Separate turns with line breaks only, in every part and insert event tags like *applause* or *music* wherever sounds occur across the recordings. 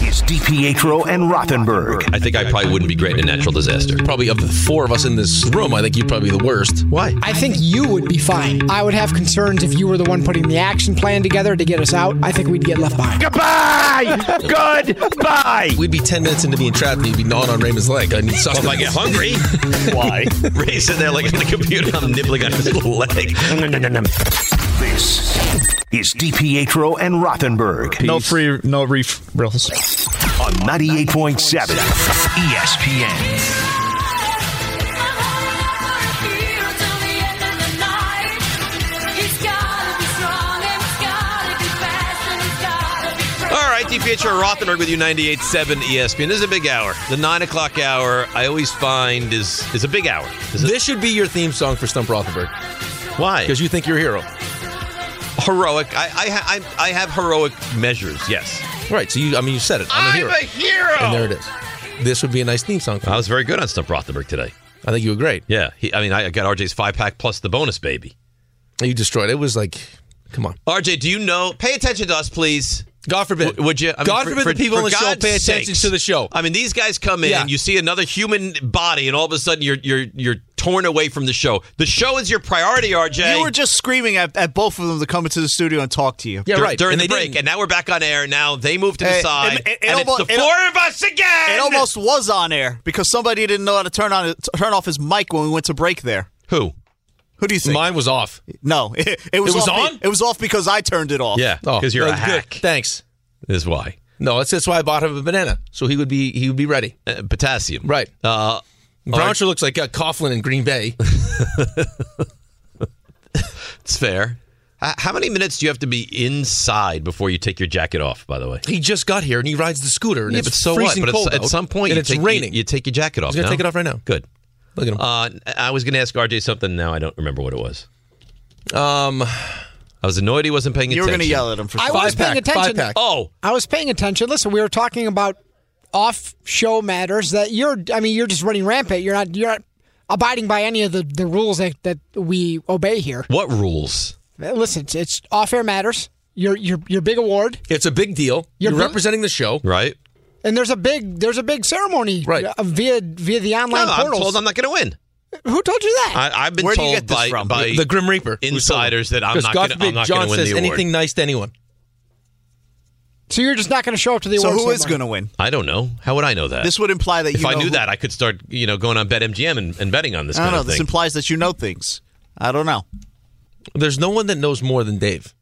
is DiPietro and Rothenberg.
I think I probably wouldn't be great in a natural disaster.
probably of the four of us in this room, I think you'd probably be the worst. Why?
I think you would be fine. I would have concerns if you were the one putting the action plan together to get us out. I think we'd get left behind.
Goodbye. Goodbye.
We'd be 10 minutes into being trapped and you'd be gnawing on Raymond's leg. I need
If
sustenance.
I get hungry, *laughs*
Why?
Ray's sitting there like on the computer. I'm nibbling on his little leg.
This is DiPietro and Rothenberg
No free, no refills.
on 98.7 ESPN.
All right, DPHR Rothenberg with you, 98.7 ESPN. This is a big hour. The 9 o'clock hour, I always find, is is a big hour. Is it?
This should be your theme song for Stump Rothenberg
Why?
because you think you're a hero.
Heroic. I, I, ha- I, I have heroic measures, yes.
Right. So you, I mean, you said it. I'm, a hero.
hero.
And there it is. This would be a nice theme song. For
I
you.
was very good on Stump Rothenberg today.
I think you were great.
Yeah. He, I mean, I got RJ's five pack plus the bonus, baby.
You destroyed it. It was like, come on.
RJ, do you know? Pay attention to us, please.
God forbid.
W- would you? I mean,
God
for-
forbid
for-
the people
for
on the show
God's
pay attention
sakes.
to the show.
I mean, these guys come in,
Yeah.
you see another human body, and all of a sudden you're you're you're torn away from the show. The show is your priority, RJ.
You were just screaming at, at both of them to come into the studio and talk to you.
yeah,
Dur-
right.
during
and
the
they
break,
didn't.
and now we're back on air. Now they moved to the
Hey,
side,
it- it- it
and it's
almo-
the
it-
four of us again.
It almost was on air because somebody didn't know how to turn on turn off his mic when we went to break there.
who?
Who do you think?
Mine was off.
no, *laughs* it, it was,
It was
off,
on?
It was off because I turned it off.
Yeah, because you're a
that was Oh, good.
hack.
Thanks.
Is why
No, that's, that's why I bought him a banana. So he would be he would be ready.
uh, potassium,
Right.
Uh,
Broncher looks like uh, Coughlin in Green Bay.
it's fair. H- How many minutes do you have to be inside before you take your jacket off? By the way,
He just got here and he rides the scooter and
yeah,
it's
but so what?
freezing
But it's-
cold
at
out,
some point,
and
you
it's
take, you-
raining.
You, take your jacket off.
He's gonna
no?
take it off right now.
Good.
Look at him.
Uh, I was going to ask RJ something. Now I don't remember what it was.
um,
I was annoyed he wasn't paying
you were
attention.
going to yell at him for.
I
something.
was
Five-pack,
paying attention.
five-pack.
Oh,
I was paying attention. Listen, we were talking about off-show matters that you're. I mean, you're just running rampant. You're not. You're not abiding by any of the, the rules that, that we obey here.
what rules?
Listen, it's, it's off-air matters. Your your your big award,
it's a big deal. You're,
You're bro-
representing the show.
Right?
and there's a big there's a big ceremony
Right.
uh, via via the
No,
online
I'm
portals.
told I'm not going to win.
Who told you that?
I, I've been
Where do you
told
get this
by,
from?
by
The Grim Reaper who
insiders
told
that I'm
Because
not
God
going to
forbid
win
John
the
says
award.
anything nice to anyone.
so you're just not going to show up to the
so
awards
who is
ceremony.
going to win?
I don't know. How would I know that?
This would imply that
if
you
I
know
knew
who-
that, I could start, you know, going on BetMGM and, and betting on this
I don't
kind
know.
of
This
thing.
implies that you know things. I don't know.
There's no one that knows more than Dave.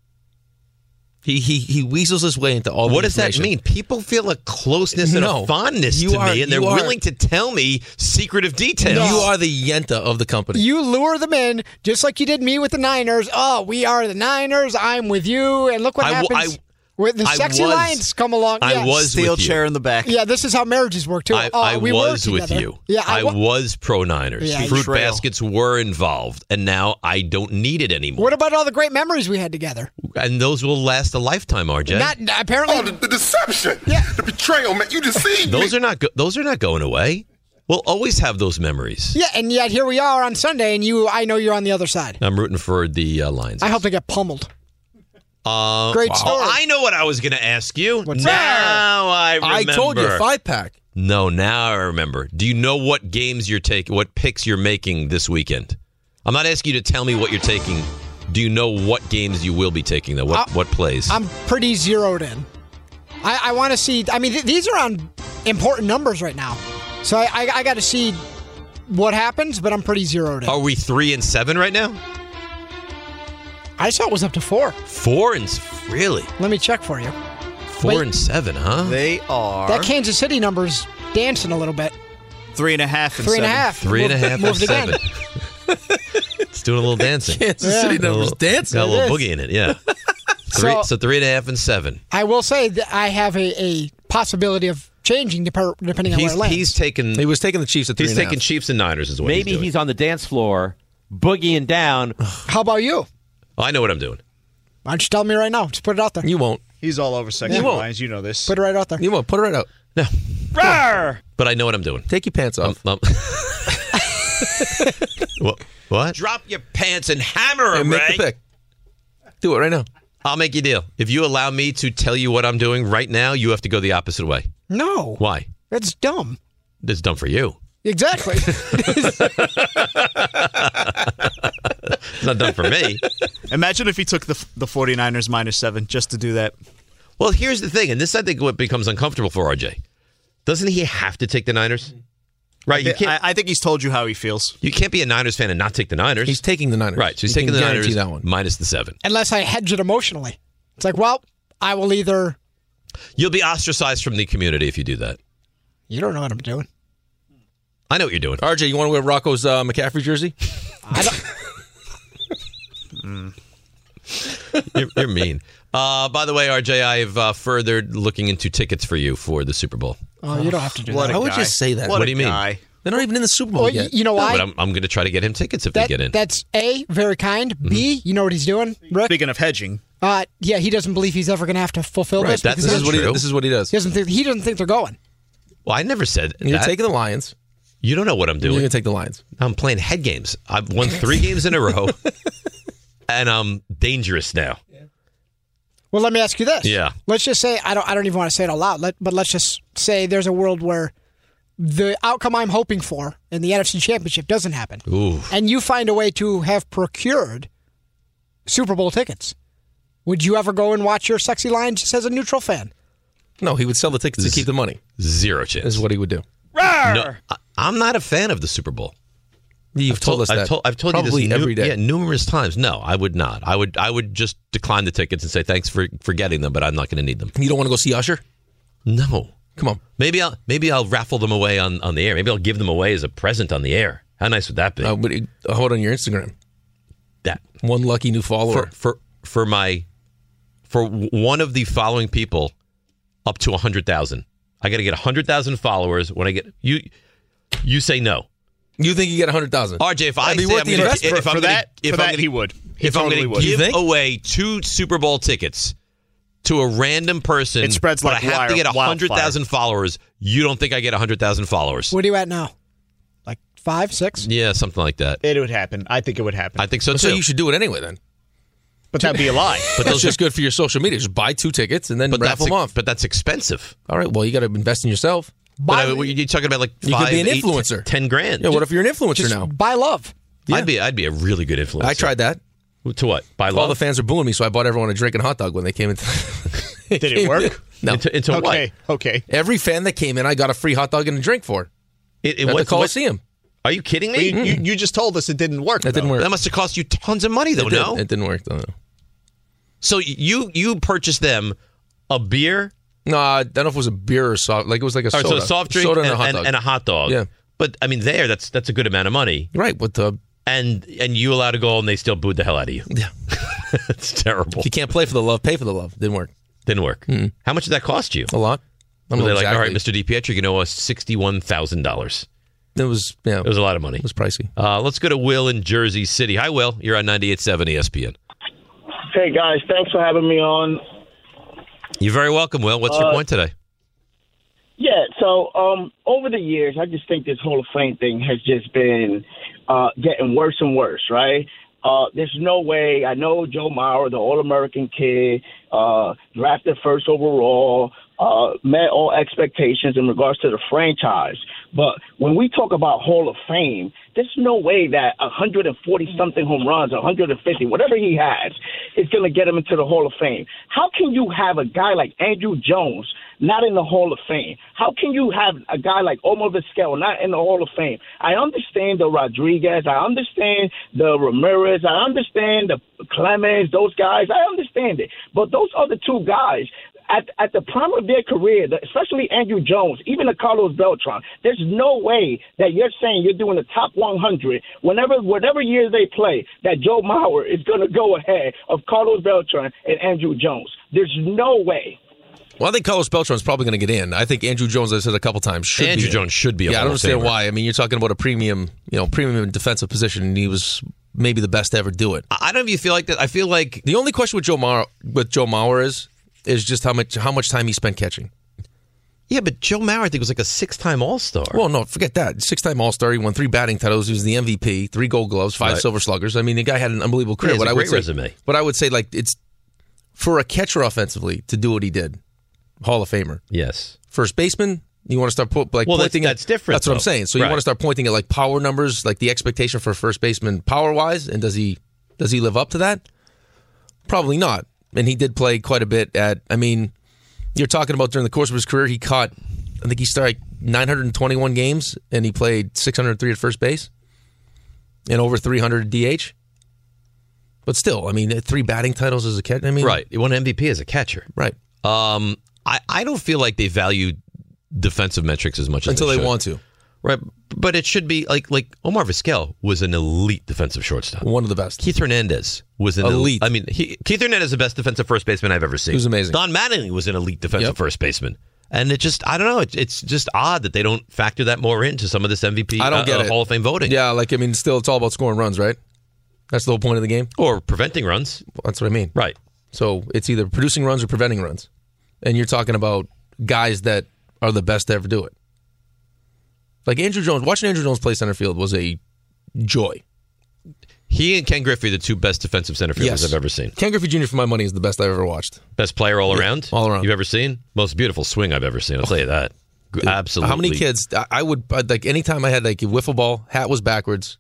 He he he weasels his way into all. the
what does that mean?
information.
People feel a closeness and
No.
a fondness
You
to
are-
me, and they're
you are-
willing to tell me secretive details.
You are the Yenta of the company.
You lure them in just like you did me with the Niners. Oh, we are the Niners. I'm with you, and look what
I w-
happens.
I-
Where the
I
sexy
was-
lions come along.
I
yeah.
was
Steel
with you.
chair in the back.
Yeah, this is how marriages work too.
I,
Oh,
I
we were
was with
together.
you.
Yeah,
I
wa-
was pro Niners.
Yeah, you
Fruit
trail.
baskets were involved, and now I don't need it anymore.
What about all the great memories we had together?
and those will last a lifetime, RJ.
Not apparently.
Oh, the, the deception. The betrayal, man. You deceived me.
those are not go- those are not going away. We'll always have those memories.
yeah, and yet here we are on Sunday, and you. I know you're on the other side.
I'm rooting for the uh, Lions.
I hope they get pummeled.
Uh,
Great
oh,
story.
I know what I was going to ask you.
What's
now I
I
remember.
told you five pack. *laughs*
No, now I remember. Do you know what games you're taking? What picks you're making this weekend? I'm not asking you to tell me what you're taking. Do you know what games you will be taking though?
Uh,
What what plays?
I'm pretty zeroed in. I, I want to see. I mean, th- these are on important numbers right now, so I, I, I got to see what happens. But I'm pretty zeroed in.
Are we three and seven right now?
I saw it was up to four.
Four and s- really
Let me check for you.
four
Wait.
and seven, huh?
They are
That Kansas City number's dancing a little bit.
three and a half. And
Three and a
seven.
half.
Three and a
Moved-
half
Moved
and
again.
seven. it's doing a little
*laughs*
dancing.
Kansas City
Got a
numbers
little-
dancing.
Got a little
It is.
boogie in it,
*laughs*
yeah. three, so,
So-
three and a half and seven.
I will say that I have a, a possibility of changing dep- depending on
He's
where it lands.
he's taking
He was taking the Chiefs at three.
he's
and a half.
taking Chiefs and Niners as well.
Maybe he's, on the dance floor boogieing down.
How about you?
Oh, I know what I'm doing.
Why don't you tell me right now? Just put it out there.
You won't.
He's all over sexual
won't.
lines. You know this.
Put it right out there.
You won't. Put it right out.
No,
Rawr!
but I know what I'm doing.
Take your pants off.
*laughs* Um, what? What? Drop your pants and hammer
and
him,
make
Ray.
the pick. Do it right now.
I'll make you a deal. If you allow me to tell you what I'm doing right now, you have to go the opposite way.
No.
Why?
That's dumb.
This is dumb for you. *laughs*
Exactly.
It's not dumb for *laughs* me.
Imagine if he took the the 49ers minus seven just to do that.
Well, here's the thing, and this I think what becomes uncomfortable for RJ. Doesn't he have to take the Niners? Right, you can't.
I, I think he's told you how he feels.
you can't be a Niners fan and not take the Niners.
He's taking the Niners.
right, so he's
You can
taking the
guarantee
Niners
That one.
minus the seven.
Unless I hedge it emotionally. It's like, well, I will either.
You'll be ostracized from the community if you do that.
You don't know what I'm doing.
I know what you're doing.
RJ, you want to wear Rocco's uh, McCaffrey jersey?
I
*laughs*
don't.
You're, you're mean. Uh, by the way, RJ, I've uh, furthered looking into tickets for you for the Super Bowl.
Oh, you don't have to do
What
that.
a
How would
guy.
you say that?
What,
What
a
do you mean?
guy.
They're not even in the Super Bowl
Well, y-
yet.
you know
No,
why?
but I'm, I'm going to try to get him tickets if
that,
they get in. Mm-hmm.
That's A, very kind. B, you know what he's doing, Rick?
Speaking of hedging,
Uh, yeah, he doesn't believe he's ever going to have to fulfill
Right,
this.
that-
because
this
he
is what
doesn't-
he.
true.
This is what he does.
he doesn't think he doesn't think they're going.
well, I never said
You're
that.
taking the Lions.
you don't know what I'm
You're
doing.
gonna take the Lions.
I'm playing head games. I've won three games in a
*laughs*
row, and I'm dangerous now.
Well, let me ask you this.
Yeah.
Let's just say I don't I don't even want to say it out loud, let, but let's just say there's a world where the outcome I'm hoping for in the NFC Championship doesn't happen.
Ooh.
And you find a way to have procured Super Bowl tickets. Would you ever go and watch your sexy lion just as a neutral fan?
No, he would sell the tickets to keep the money.
Zero chance.
Is what he would do.
No, I, I'm not a fan of the Super Bowl.
You've told us
I've
that.
Told, I've told
probably
you this nu-
every day.
yeah, numerous times. No, I would not. I would. I would just decline the tickets and say thanks for for getting them, but I'm not going to need them.
You don't want to go see Usher?
No.
Come on,
Maybe I'll maybe I'll raffle them away on on the air. Maybe I'll give them away as a present on the air. How nice would that be?
uh, but it- uh, hold on your Instagram.
that
One lucky new follower.
for for for my for w- one of the following people up to 100,000. I got to get 100,000 followers when I get you you say no.
you think you get hundred thousand?
RJ, if I
That'd be
say
worth
I'm
the
gonna-
investment.
if I'm
for
gonna-
that,
if
for
I'm
that
gonna-
he would. He
if
totally
I'm
would.
going to
You
give
think?
away two Super Bowl tickets to a random person,
It spreads
but
like
I have to
wire-
get hundred thousand
wildfire.
followers. You don't think I get hundred thousand followers?
What are you at now? Like five, six?
Yeah, something like that.
it would happen. I think it would happen.
I think so too.
So you should do it anyway then.
but that'd be a lie.
But that's just good for your social media. Just buy two tickets and then
but that's
raffle them off.
but that's expensive.
All right. Well, you got to invest in yourself.
Buy,
but I, you're talking about like
You could
five,
be an
eight,
influencer.
ten grand.
Yeah. What if you're an influencer now?
buy love.
I'd be I'd be a really good influencer.
I tried that.
to what by
All
law
the fans are booing me, so I bought everyone a drink and hot dog when they came in.
*laughs*
Did
it work?
No.
into, into what?
okay, okay.
Every fan that came in, I got a free hot dog and a drink for
It, it,
at
what-
the Coliseum.
Are you kidding
You,
me?
you, you just told us it didn't work.
That didn't work.
That must have cost you tons of money, though.
it, did.
no,
it didn't work though. no.
so you you purchased them a beer
No, I don't know if it was a beer or soft. Like it was like a
All right,
soda.
so a soft drink
soda and,
and,
a hot
and-
dog.
and a hot dog.
Yeah.
But I mean, there that's that's a good amount of money,
right. What the?
and and you allowed a goal, and they still booed the hell out of you.
Yeah.
*laughs* it's terrible.
If you can't play for the love, pay for the love. Didn't work
Didn't work.
Hmm.
How much did that cost you?
a lot. I'm
Were they like, all right, Mr. DiPietro, you know us sixty-one thousand dollars.
It was yeah.
It was a lot of money.
it was pricey.
Uh, let's go to Will in Jersey City. Hi, Will. You're on 98.7 ESPN.
Hey guys, thanks for having me on.
You're very welcome, Will. What's your point today?
Yeah, so um, over the years, I just think this Hall of Fame thing has just been uh, getting worse and worse, right? Uh, there's no way. I know Joe Mauer, the All American kid, uh, drafted first overall, uh, met all expectations in regards to the franchise. But when we talk about Hall of Fame, there's no way that 140 something home runs, 150, whatever he has, is going to get him into the Hall of Fame. How can you have a guy like Andrew Jones not in the Hall of Fame? How can you have a guy like Omar Vizquel not in the Hall of Fame? I understand the Rodriguez, I understand the Ramirez, I understand the Clemens, those guys, I understand it. But those other two guys, at, at the prime of their career, the- especially Andrew Jones, even a Carlos Beltran, there's no way that you're saying you're doing the top 100 whenever whatever year they play that Joe Mauer is going to go ahead of Carlos Beltran and Andrew Jones. There's no way.
Well, I think Carlos Beltran's probably going to get in. I think Andrew Jones, I said a couple times, should
Andrew
be in.
Jones should be a
Yeah, I
Hall
don't
of
understand
Famer.
why. I mean, you're talking about a premium, you know, premium defensive position, and he was maybe the best to ever do it.
I I don't know if you feel like that. I feel like
The only question with Joe Mauer with Joe Mauer is is just how much how much time he spent catching.
yeah, but Joe Mauer I think was like a six-time All Star.
Well, no, forget that. Six time All Star. He won three batting titles. He was the MVP, three Gold Gloves, five
Right.
Silver Sluggers. I mean, the guy had an unbelievable career.
Yeah, he has
But
a
I would
great
say,
resume.
But I would say, like, it's for a catcher offensively to do what he did, Hall of Famer,
yes,
first baseman. You want to start po- like
Well, that's-
pointing
that's
at,
different,
That's what I'm
though.
saying. So
Right.
you want to start pointing at like power numbers, like the expectation for a first baseman power wise, and does he does he live up to that? Probably not. And he did play quite a bit at. I mean, you're talking about during the course of his career, he caught. I think he started 921 games, and he played 603 at first base, and over 300 DH. But still, I mean, three batting titles as a catcher. I mean,
right. He won MVP as a catcher.
right.
Um, I, I don't feel like they value defensive metrics as much as
Until they
should.
want to.
right? But it should be like like Omar Vizquel was an elite defensive shortstop.
One of the best.
Keith Hernandez was an el-
Elite.
I mean, he, Keith Hernandez is the best defensive first baseman I've ever seen.
He was amazing.
Don Mattingly was an elite defensive
Yep.
first baseman. And it just, I don't know, it, it's just odd that they don't factor that more into some of this MVP
I don't
uh,
get
uh,
it.
Hall of Fame voting
Yeah, like I mean, still, it's all about scoring runs, right? That's the whole point of the game.
or preventing runs.
That's what I mean.
Right.
So it's either producing runs or preventing runs, and you're talking about guys that are the best to ever do it. Like Andrew Jones, watching Andrew Jones play center field was a joy.
He and Ken Griffey, are the two best defensive center fielders
Yes.
I've ever seen.
Ken Griffey Jr. for my money is the best I've ever watched.
Best player all around,
all around.
you've ever seen. Most beautiful swing I've ever seen. I'll tell you that. G- Absolutely.
How many kids? I, I would I'd, like anytime I had like a wiffle ball, hat was backwards,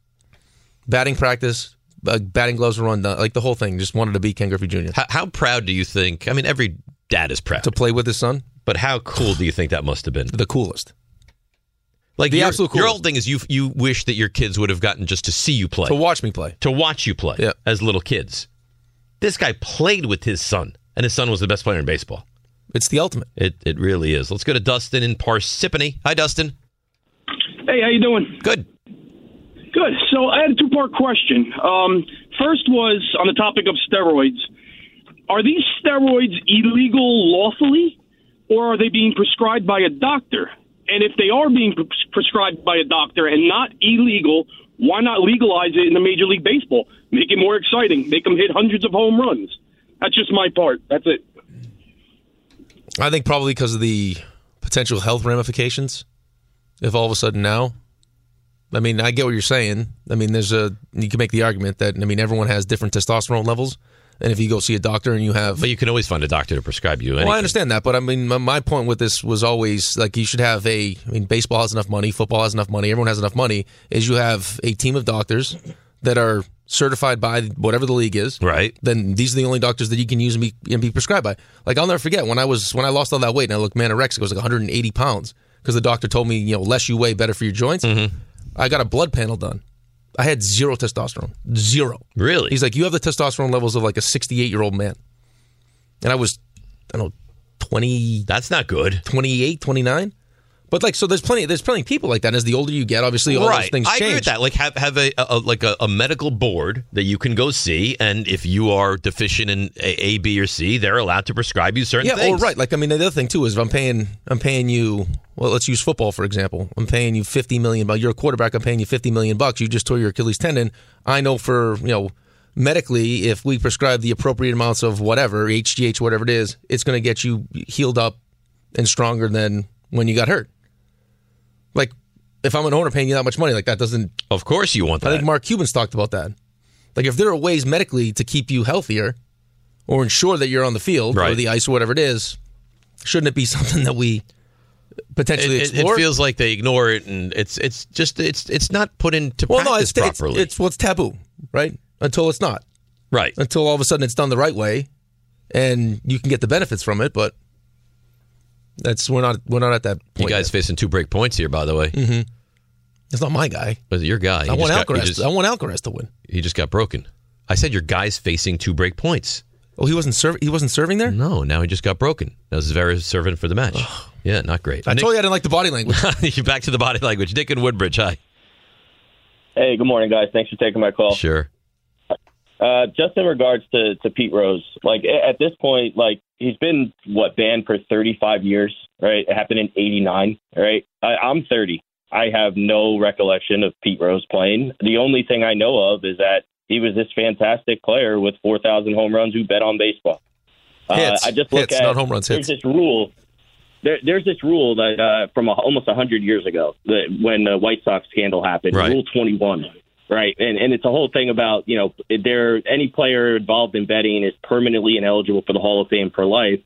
batting practice, uh, batting gloves were on, like the whole thing. Just wanted to be Ken Griffey Jr.
How, how proud do you think? I mean, every dad is proud,
to play with his son,
but how cool do you think that must have been?
the coolest.
Like
The
your,
absolute
your
coolest.
whole thing is you you wish that your kids would have gotten just to see you play,
To watch me play.
to watch you play
Yeah.
as little kids. This guy played with his son, and his son was the best player in baseball.
It's the ultimate.
It it really is. Let's go to Dustin in Parsippany. Hi, Dustin.
Hey, how you doing?
Good.
Good. So I had a two-part question. Um, first was on the topic of steroids. Are these steroids illegal lawfully, or are they being prescribed by a doctor? And if they are being pres- prescribed by a doctor and not illegal, why not legalize it in the Major League Baseball? Make it more exciting. Make them hit hundreds of home runs. That's just my part. That's it.
I think probably because of the potential health ramifications. If all of a sudden now, I mean, I get what you're saying. I mean, there's a you can make the argument that I mean everyone has different testosterone levels, and if you go see a doctor and you have,
But you can always find a doctor to prescribe you.
well,
anything.
I understand that, but I mean, my, my point with this was always like you should have a. I mean, baseball has enough money, football has enough money, everyone has enough money. Is you have a team of doctors that are certified by whatever the league is,
Right.
then these are the only doctors that you can use and be, and be prescribed by. Like I'll never forget when I was when I lost all that weight and I looked anorexic, it was like 180 pounds because the doctor told me you know less you weigh, better for your joints. I got a blood panel done. I had zero testosterone, zero.
Really?
He's like, you have the testosterone levels of like a 68 year old man, and I was, I don't know, 20,
That's not good.
28, 29. But like, so there's plenty, there's plenty of people like that. As the older you get, obviously, all those
right.
things
I
change.
agree with that. Like have have a, a like a, a medical board that you can go see, and if you are deficient in a, a B, or C, they're allowed to prescribe you certain
Yeah,
things.
or right. Like I mean, the other thing too is if I'm paying, I'm paying you. Well, let's use football for example. I'm paying you fifty million. But you're a quarterback. I'm paying you fifty million bucks. You just tore your Achilles tendon. I know for you know medically, if we prescribe the appropriate amounts of whatever HGH, whatever it is, it's going to get you healed up and stronger than when you got hurt. Like if I'm an owner paying you that much money, like that doesn't
Of course, you want that.
I think Mark Cuban's talked about that. Like, if there are ways medically to keep you healthier or ensure that you're on the field or
Right.
the ice or whatever it is, shouldn't it be *laughs* something that we
it,
potentially
it- it
explore?
feels like they ignore it, and it's it's just it's it's not put into
well, no, it's,
practice
it's,
properly.
it's what's taboo, right? Until it's not.
right.
Until all of a sudden it's done the right way, and you can get the benefits from it. But that's we're not we're not at that
You
point.
guys
yet.
facing two break points here, by the way.
it's not my guy.
Was it your guy?
I
He
want
just got,
Alcaraz.
he, just,
I want Alcaraz to win.
he just got broken. I said your guy's facing two break points.
Oh, he wasn't serving. He wasn't serving there.
No, now he just got broken. Now Zverev serving for the match. yeah, not great. *laughs*
I told you I didn't like the body language.
you back to the body language. Nick and Woodbridge. Hi.
Hey, good morning, guys. Thanks for taking my call.
Sure.
Uh, just in regards to, to Pete Rose, like a- at this point, like he's been what banned for 35 years, right? It happened in 89, right? I, I'm 30. I have no recollection of Pete Rose playing. The only thing I know of is that
he was this fantastic player with 4,000 home runs who bet on baseball.
Hits.
Uh, I just look
Hits,
at
not home runs,
There's
hits.
this rule. There, there's this rule that uh, from a, almost 100 years ago that when the White Sox scandal happened,
Right.
Rule 21, right? And and it's a whole thing about you know there any player involved in betting is permanently ineligible for the Hall of Fame for life,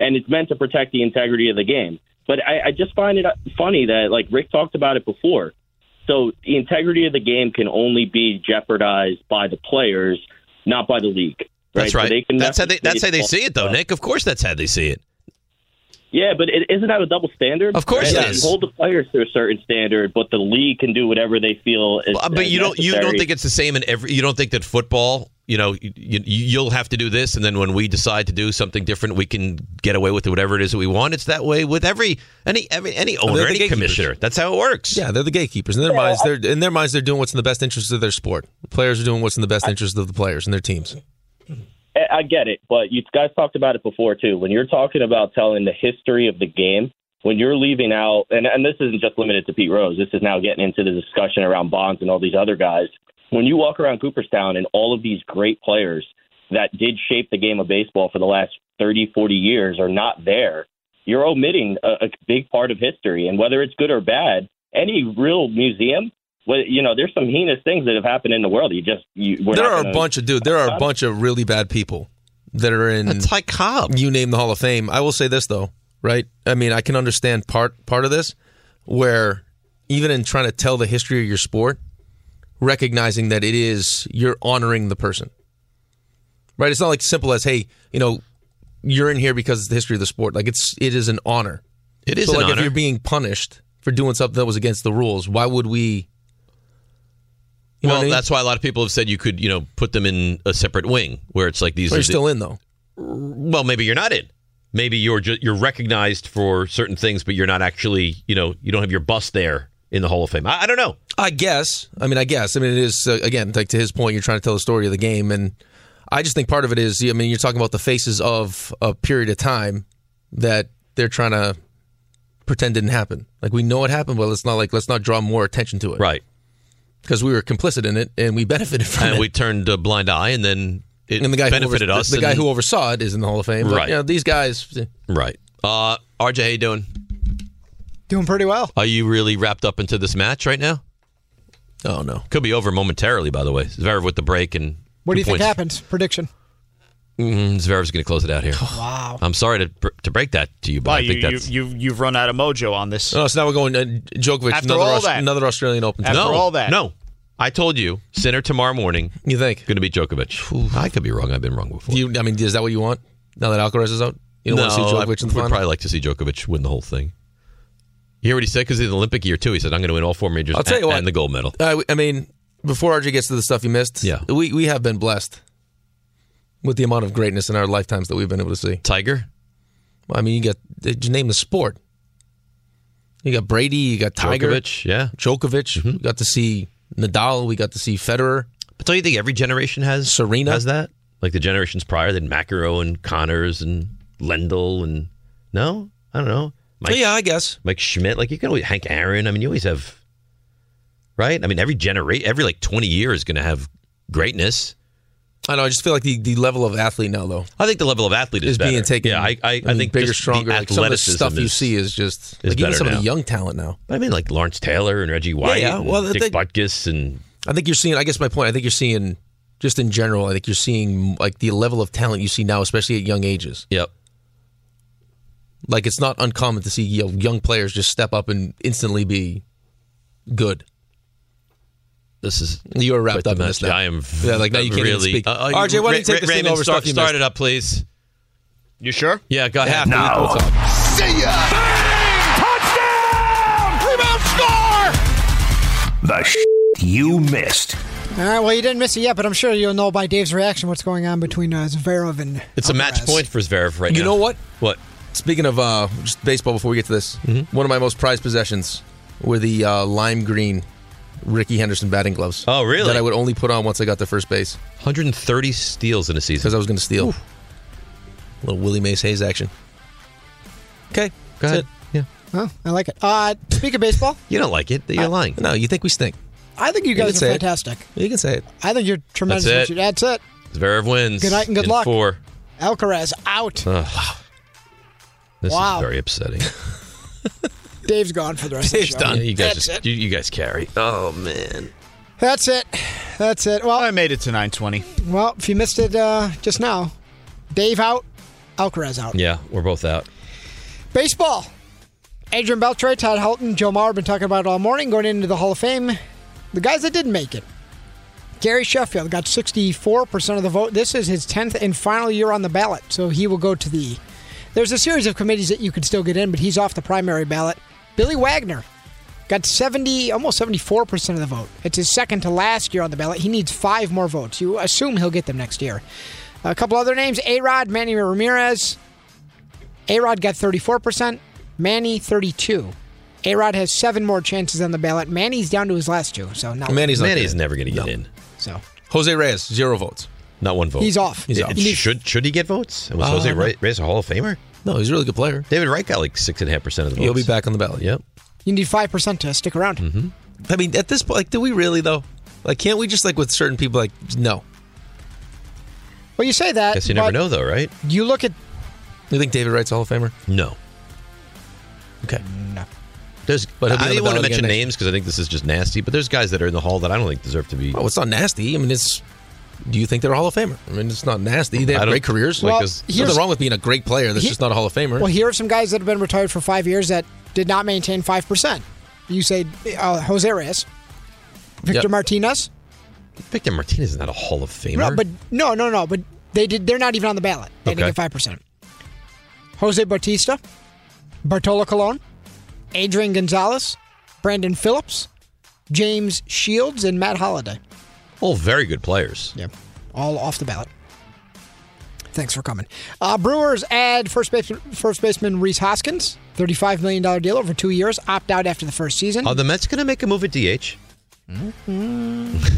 and it's meant to protect the integrity of the game. But I, I just find it funny that like Rick talked about it before. So the integrity of the game can only be jeopardized by the players, not by the league. Right?
That's
So
right.
they can
that's how they.
definitely
That's how they see it, though, Nick. Of course, that's how they see it.
yeah, but it, isn't that a double standard? Of
course it
right?
is.
You hold the players to a certain standard, but the league can do whatever they feel is.
Uh, but
is
you don't. You don't
necessary.
think it's the same in every. You don't think that football. You know, you, you, you'll have to do this, and then when we decide to do something different, we can get away with whatever it is that we want. It's that way with every any every any
They're
owner,
the
any
gatekeepers.
commissioner. That's how it works.
Yeah, they're the gatekeepers. In their minds, they're in their minds, they're doing what's in the best interest of their sport. Players are doing what's in the best interest of the players and their teams.
I- I get it, but you guys talked about it before too. When you're talking about telling the history of the game, when you're leaving out, and, and this isn't just limited to Pete Rose. This is now getting into the discussion around Bonds and all these other guys. When you walk around Cooperstown and all of these great players that did shape the game of baseball for the last 30, 40 years are not there, you're omitting a, a big part of history. And whether it's good or bad, any real museum, well, you know, there's some heinous things that have happened in the world. You just you, we're
there
not
are a
gonna-
bunch of dude. There are a bunch of really bad people that are in.
Mm.
It's
like Cobb.
You name the Hall of Fame. I will say this though, right? I mean, I can understand part part of this, where even in trying to tell the history of your sport, recognizing that it is you're honoring the person, right? It's not like simple as hey, you know, you're in here because it's the history of the sport. Like it's it is an honor.
It is
so
an
like
honor.
if you're being punished for doing something that was against the rules, why would we? You know
well,
what I mean?
that's why a lot of people have said you could, you know, put them in a separate wing where it's like these.
Well,
are
you're
the-
still in though.
Well, maybe you're not in. Maybe you're just you're recognized for certain things, but you're not actually, you know, you don't have your bust there in the Hall of Fame. I, I don't know.
I guess. I mean, I guess. I mean, it is uh, again like to his point. You're trying to tell the story of the game, and I just think part of it is. I mean, you're talking about the faces of a period of time that they're trying to pretend didn't happen. Like we know it happened, but let's not like let's not draw more attention to it,
right?
Because we were complicit in it and we *laughs* benefited from
and
it.
we turned a blind eye, and then it
and the guy
benefited
who overs-
us.
The, the guy
and-
who oversaw it is in the Hall of Fame. But,
Right.
You know, these guys. eh,
right. Uh, RJ, how you doing?
Doing pretty well.
Are you really wrapped up into this match right now?
Oh no,
could be over momentarily. By the way, Zverev with the break and
What do you
two
think
points.
happens? Prediction.
Mm, Zverev's going to close it out here.
*sighs* Wow.
I'm sorry to br- to break that to you, but
Wow,
I
you,
think
you,
that's Oh.
you, you've run out of mojo on this.
No, so now we're going uh, Djokovic,
After
another,
all
Aus-
that.
another Australian Open.
After
title.
all that.
No, I told you, center tomorrow morning.
You think
going to be Djokovic? I could be wrong. I've been wrong before.
Do you, I mean, is that what you want now that Alcaraz is out? You don't
no,
want to see Djokovic
I
in the
would
final.
probably like to see Djokovic win the whole thing. You hear what he said? Because in the Olympic year too, he said, "I'm going to win all four majors
I'll tell
and,
you what.
and the gold medal."
I, Uh, I mean, before RJ gets to the stuff he missed, yeah. we, we have been blessed with the amount of greatness in our lifetimes that we've been able to see.
Tiger?
I mean, you got, did you name the sport? You got Brady, you got Tiger.
Djokovic, yeah.
Djokovic. We got to see Nadal, we got to see Federer.
But don't you think every generation has
Serena?
Has that like the generations prior? Then McEnroe and Connors and Lendl and no, I don't know.
yeah, I guess
Mike Schmidt. Like you can always Hank Aaron. I mean, you always have right. I mean, every generation, every like twenty years, is going to have greatness.
I know. I just feel like the, the level of athlete now, though,
I think the level of athlete is,
is being
better.
taken.
Yeah, I, I, I,
mean,
think
bigger,
just the
stronger. Like some of the
athleticism
stuff you
is-
see is just
is
like even
better
some of
now.
the young talent now.
But I mean, like Lawrence Taylor and Reggie White,
yeah. Well,
and
I
Dick
think-
Butkus, and
I think you're seeing. I guess my point. I think you're seeing just in general. I think you're seeing like the level of talent you see now, especially at young ages.
Yep.
Like it's not uncommon to see you know, young players just step up and instantly be good.
This is
you are wrapped
quite
up
the
in this
match.
now.
I am
yeah, like now you can't even
really-
speak.
Uh, uh,
RJ, why don't you
Ra-
take this thing
Raymond,
over?
start,
stuff you
start
missed?
it up, please.
You sure?
Yeah, go ahead.
Now,
See ya! Touchdown! Rebound score!
the sh- you missed.
All right. Well, you didn't miss it yet, but I'm sure you'll know by Dave's reaction what's going on between uh, Zverev and.
It's a match point for Zverev right now.
you know what?
What?
Speaking of uh, just baseball, before we get to this,
Mm-hmm.
one of my most prized possessions were the uh, lime green Ricky Henderson batting gloves.
Oh, really?
That I would only put on once I got to first base.
130 steals in a season.
Because I was going to steal. little Willie Mays Hayes action. Okay, go ahead.
Oh, I like it. Uh, speak of baseball.
You don't like it. You're lying.
No, you think we stink.
I think you guys
can
are
say it.
fantastic.
You can say it.
I think you're tremendous.
That's it.
Richard. That's it.
Zverev wins.
Good night and good
in
luck.
Four.
Alcaraz out.
Ugh. This
Wow.
is very
*laughs*
upsetting.
Dave's gone for the rest
Dave's
of the show.
done. You guys,
That's
just, you, you guys carry.
Uh,
Oh man.
That's it. That's it. Well,
I made it to 920.
Well, if you missed it uh, just now, Dave out, Alcaraz out.
Yeah, we're both out.
Baseball. Adrian Beltre, Todd Helton, Joe Mauer been talking about it all morning, going into the Hall of Fame. The guys that didn't make it. Gary Sheffield got 64% of the vote. This is his 10th and final year on the ballot, so he will go to the. There's a series of committees that you can still get in, but he's off the primary ballot. Billy Wagner got 70, almost 74% of the vote. It's his second to last year on the ballot. He needs five more votes. You assume he'll get them next year. A couple other names A Rod, Manny Ramirez, Arod got 34%, Manny 32. Arod has seven more chances on the ballot. Manny's down to his last two, so not
Manny's not
Manny's
getting in.
never going to get in.
So
Jose Reyes, zero votes.
Not one vote.
He's off.
He's
It-
off.
it
He needs-
should should he get votes? Was
Uh,
Jose
no.
Re- Reyes a Hall of Famer?
No, he's a really good player.
David Wright got like six and a half percent of the votes.
He'll be back on the ballot.
Yep.
You need five percent to stick around.
Mm-hmm. I mean, at this point, like, do we really though? Like, can't we just like with certain people like no?
Well, you say that.
Guess you never
but
know, though,
right?
You look at.
You think David Wright's a Hall of Famer?
No.
Okay.
No.
There's.
But he'll
I
be on the
didn't want to
ballot again
mention
next-
names because I think this is just nasty. But there's guys that are in the Hall that I don't think deserve to be.
Oh, it's not nasty. I mean, it's. Do you think they're a Hall of Famer? I mean, it's not nasty. They
I
have
don't-
great careers.
like, Well,
there's
there's-
nothing
here's-
wrong with being a great player. That's
He-
just not a Hall of Famer.
Well, here are some guys that have been retired for five years that did not maintain five percent. You say uh, Jose Reyes, Victor
Yep.
Martinez.
Victor Martinez is not a Hall of Famer.
No, but no, no, no. But they did. They're not even on the ballot. They
Okay.
didn't get five percent. Jose Bautista, Bartolo Colon, Adrian Gonzalez, Brandon Phillips, James Shields, and Matt Holliday.
all very good players.
Yep. all off the ballot. Thanks for coming. Uh, Brewers add first baseman, first baseman Reese Hoskins, thirty-five million dollar deal over two years. Opt out after the first season.
Uh,
Are the Mets going to make a move at DH? Mm-hmm. *laughs*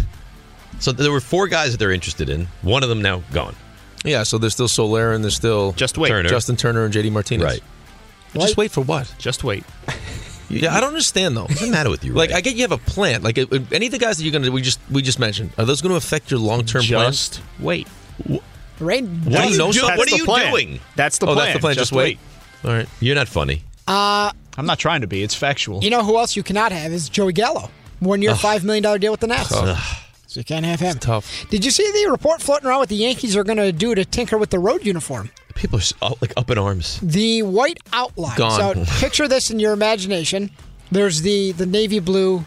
So there were four guys that they're interested in. One of them now gone.
yeah, so there's still Soler and there's still
Just wait. Turner.
Justin Turner and JD Martinez.
Right.
Just wait for what?
Just wait.
Yeah, I don't understand though. What's
the matter with you?
Like, I get you have a plan. Like, if- if any of the guys that you're gonna we just we just mentioned are those going to affect your long term plan?
Just wait.
Rain.
What do you know? something?
That's the plan. That's the
Oh,
plan.
that's the plan. Just, wait.
All right. You're not funny.
Uh,
I'm not trying to be. It's factual.
you know who else you cannot have is Joey Gallo. One year,
Ugh.
five million dollar deal with the Nats.
Tough.
So you can't have him.
Tough.
Did you see the report floating around what the Yankees are going to do to tinker with the road uniform?
People are s- all, like up in arms.
The white outline.
Gone.
*laughs*
So picture this in your imagination. There's the the navy blue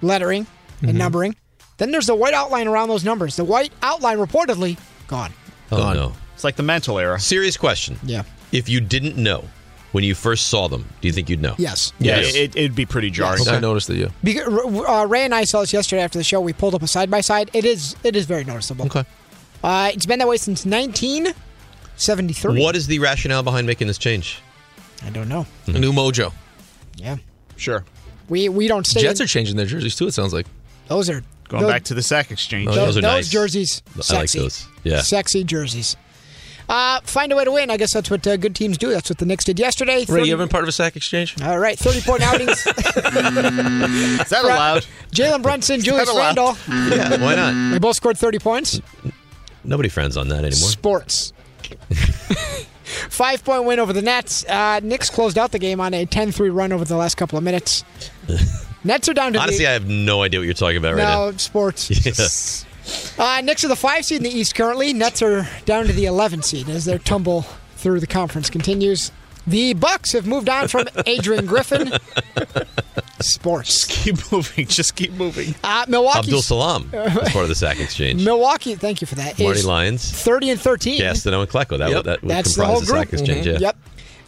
lettering and
Mhm.
Mm-hmm.
numbering. Then there's the white outline around those numbers. The white outline reportedly gone.
Oh no.
It's like the mental era.
Serious question.
Yeah.
If you didn't know when you first saw them, do you think you'd know?
Yes.
Yeah, it, it'd be pretty jarring.
Yes. I noticed
it. Yeah.
Because, uh, Ray and I saw this yesterday after the show. We pulled up a side by side. It is it is very noticeable.
Okay.
Uh, it's been that way since 1973.
What is the rationale behind making this change?
I don't know.
A new mojo.
Yeah.
Sure.
We we don't stay.
Jets
in-
are changing their jerseys too. It sounds like.
those are
Going
those-
back to the sack exchange.
Oh,
Those,
those are
those
nice.
jerseys,
I like
sexy.
those. Yeah.
Sexy jerseys. Uh, find a way to win. I guess that's what uh, good teams do. That's what the Knicks did yesterday.
Ray,
30
you ever been part of a sack exchange?
All right, 30 point outings.
*laughs*
Is that allowed?
*laughs* Jalen Brunson, Julius
allowed?
Randle.
*laughs* Yeah, why not?
They both scored 30 points.
Nobody frowns on that anymore.
Sports. *laughs* Five point win over the Nets. Uh, Knicks closed out the game on a 10 3 run over the last couple of
*laughs*
minutes. Nets are down to
Honestly,
the.
I have no idea what you're talking about
no,
right
sports.
*laughs* now. Yeah.
Uh, Knicks are the five seed in the East currently. Nets are down to the 11 seed as their tumble through the conference continues. The Bucks have moved
*laughs*
on from Adrian Griffin. Sports.
keep moving.
*laughs*
Just keep moving.
Uh, Milwaukee.
Abdul
*laughs*
Salam is part of the sack exchange.
Milwaukee. Thank you for that. is
Marty Lyons,
30 and 13.
Gastineau, and Klecko. That,
Yep.
that would comprise
That's the whole
sack
group. Mm-hmm.
exchange. Yeah.
Yep.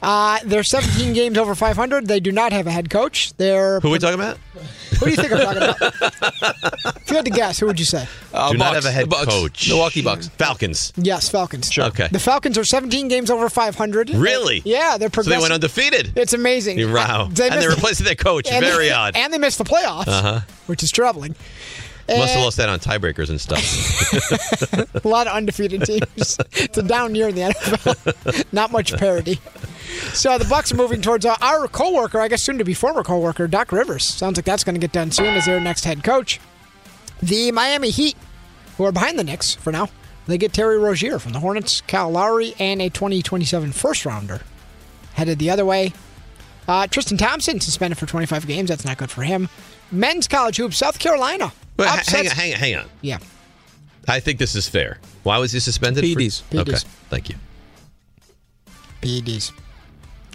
Uh, they're 17 *laughs* games over 500. They do not have a head coach. They're.
Who are we talking about?
Who do you think I'm talking
*laughs*
about? if you had to guess, who would you say?
Do not
Bucks.
have a head
The Bucks.
coach.
Milwaukee Bucks.
Falcons.
Yes, Falcons.
Sure. Okay.
The Falcons are 17 games over 500.
Really?
Yeah, they're
So they
progressing.
went undefeated. *laughs*
It's amazing.
Wow.
Uh, they
and they
missed-
replaced their coach.
and they-
Very odd.
And they missed the playoffs,
Uh-huh.
which is troubling.
Must have
And
lost that on tiebreakers and stuff.
a lot of undefeated teams. it's a down year in the NFL. *laughs* Not much parity. So the Bucks are moving towards uh, our coworker, I guess soon to be former coworker, Doc Rivers. Sounds like that's going to get done soon as their next head coach. The Miami Heat, who are behind the Knicks for now, they get Terry Rozier from the Hornets, Kyle Lowry, and a 2027 first rounder headed the other way. Uh, Tristan Thompson suspended for 25 games. That's not good for him. Men's college hoops, South Carolina.
But h-
upsets-
hang on, hang on, hang on.
Yeah.
I think this is fair. Why was he suspended? for-
PEDs.
Okay,
PEDs.
thank you.
PEDs.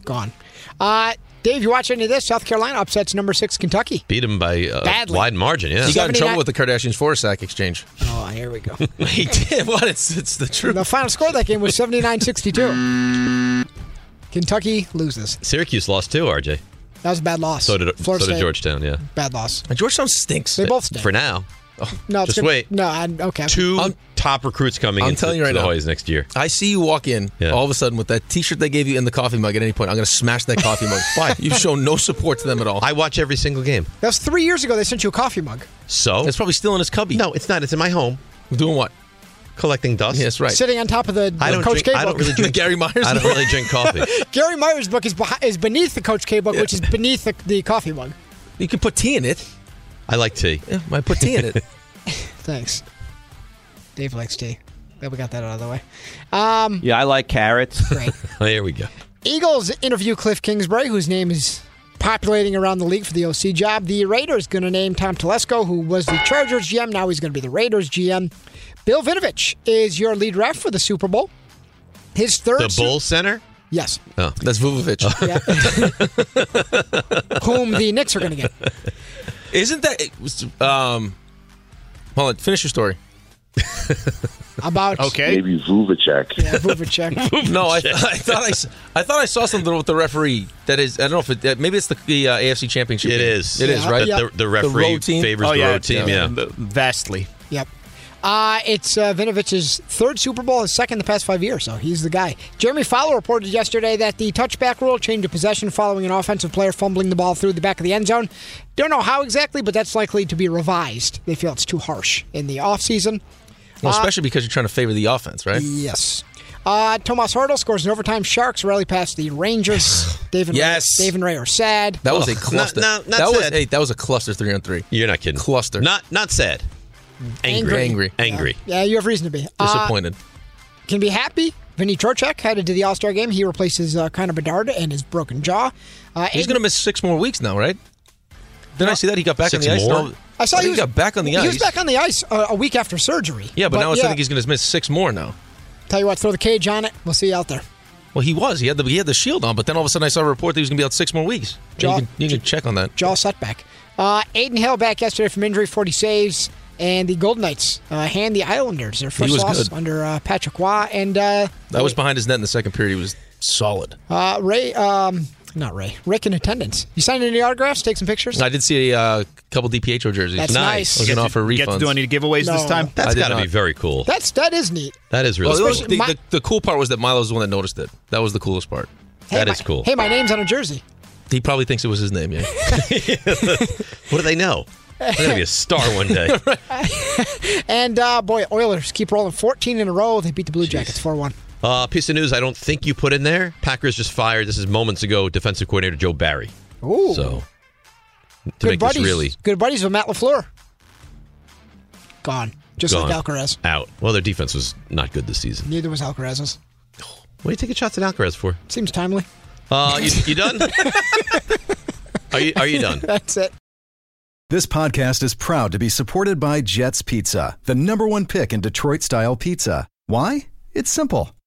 Gone. Uh, Dave, you watch any of this? South Carolina upsets number six Kentucky.
Beat him by a
Badly.
wide margin. Yeah,
He got
79
in trouble with the Kardashians for a
*laughs*
sack exchange.
Oh, here we go.
he did. What? It's, it's the
*laughs*
truth.
The final score of that game was 79-62. Kentucky loses.
Syracuse lost too, RJ.
That was a bad loss.
So did
Florida
so did
State.
Georgetown. Yeah,
Bad loss.
Georgetown stinks.
They both stink.
for now.
No, it's
just
gonna-
wait.
No, I'm, okay.
Two top recruits coming
I'm
into
telling you
to
right
the
now.
Hoyas next year.
I see you walk in all of a sudden with that T-shirt they gave you in the coffee mug. At any point, I'm going to smash that coffee
*laughs*
mug. Why? You've shown no support to them at all.
I watch every single game.
That was three years ago. They sent you a coffee mug.
So
it's probably still in his cubby.
No, it's not. It's in my home.
Doing what?
Collecting dust.
Yes, right.
Sitting on top of the,
I
the
don't
Coach
drink-
K
I
book.
don't really drink-
*laughs* Gary Myers.
I don't really
*laughs*
drink coffee.
*laughs* Gary Myers' book is behind, is beneath the Coach K book, which is beneath the, the coffee mug.
You can put tea in it.
I like tea.
Yeah, I put tea in it.
Thanks. Dave likes tea. Glad we got that out of the way. Um,
Yeah, I like
*laughs*
carrots.
There Oh, we go.
Eagles interview Cliff Kingsbury, whose name is populating around the league for the OC job. The Raiders going to name Tom Telesco, who was the Chargers GM. Now he's going to be the Raiders GM. Bill Vinovich is your lead ref for the Super Bowl. His third
The
Su-
Bull Center.
Yes.
*laughs* Oh,
that's Vuvovich.
whom the Knicks are going to get.
Isn't that? it was, Um, hold on. Finish your story.
About
Maybe Vuvacek.
Yeah, Vuvacek.
no, I, I thought I, s- I thought I saw something with the referee. That is, I don't know if it, uh, maybe it's the, the uh, AFC Championship.
It
game.
is.
It is
Yeah.
right.
The- the- the referee
road team.
favors Oh, the yeah, road team, yeah. yeah.
Vastly.
Yep. Uh, it's uh, Vinovich's third Super Bowl, his second in the past five years, so he's the guy. Jeremy Fowler reported yesterday that the touchback rule changed to possession following an offensive player fumbling the ball through the back of the end zone. Don't know how exactly, but that's likely to be revised. They feel it's too harsh in the offseason.
Well,
Uh,
especially because you're trying to favor the offense, right?
Yes. Uh, Tomas Hurdle scores an overtime. Sharks rally past the
*sighs*
Rangers. Dave and
Yes.
Ray, Dave and Ray are sad.
That was a
Ugh.
cluster.
No, no, not
that was
sad.
hey, that was a cluster three on three.
You're not kidding.
Cluster.
Not not sad. Angry.
Angry.
Angry.
Yeah, you have reason to be Uh,
Disappointed.
can be happy. Vinny Trocek headed to the All Star game. He replaces uh, Connor Bedard and his broken jaw. Uh,
He's
Aiden-
going to miss six more weeks now, right? Didn't I see that he got back
Six
on the ice?
more?
No,
I saw
think
he
he
was,
got back on the
He
ice.
was back on the ice uh, a week after surgery.
yeah, but, now I
yeah,
think he's going to miss six more now.
Tell you what, throw the cage on it. We'll see you out there.
Well, he was. He had the he had the shield on, but then all of a sudden I saw a report that he was going to be out six more weeks. You
Jaw-
can, you can check on that.
Jaw setback. Uh, Aiden Hill back yesterday from injury, 40 saves, and the Golden Knights uh, hand the Islanders their first
was
loss
good.
under uh, Patrick Waugh and uh,
That was behind his net in the second period. He was solid.
uh, Ray. Um, not Ray. Rick in attendance. You signed any autographs? Take some pictures.
I did see a uh, couple DPHO jerseys.
That's nice.
I was
Get
going
to-
to offer refunds.
get to do any giveaways
this No. time?
I
That's
did
got to
not.
be very cool.
That's that is neat.
That is
Well,
really
it was-
cool.
the,
My-
the, the cool part was that Milo's the one that noticed it. That was the coolest part.
Hey, my- Hey, my name's on a jersey.
He probably thinks it was his
*laughs*
name. Yeah.
what do they know? I'm gonna be a star one
*laughs*
day.
And uh, boy, Oilers keep rolling 14 in a row. They beat the Blue Jackets 4 1.
Uh, piece of news I don't think you put in there. Packers just fired. This is moments ago. Defensive coordinator Joe Barry.
Ooh.
So to
good
make
buddies.
this really
Good buddies with Matt LaFleur. Gone. Just
gone.
like Alcaraz.
out. Well, their defense was not good this season.
Neither was Alcaraz's.
What do you taking shots at Alcaraz for?
Seems timely. *laughs*
Uh, you, you
*laughs*
done? are you are you done?
That's it.
This podcast is proud to be supported by Jets Pizza, the number one pick in Detroit style pizza. Why? It's simple.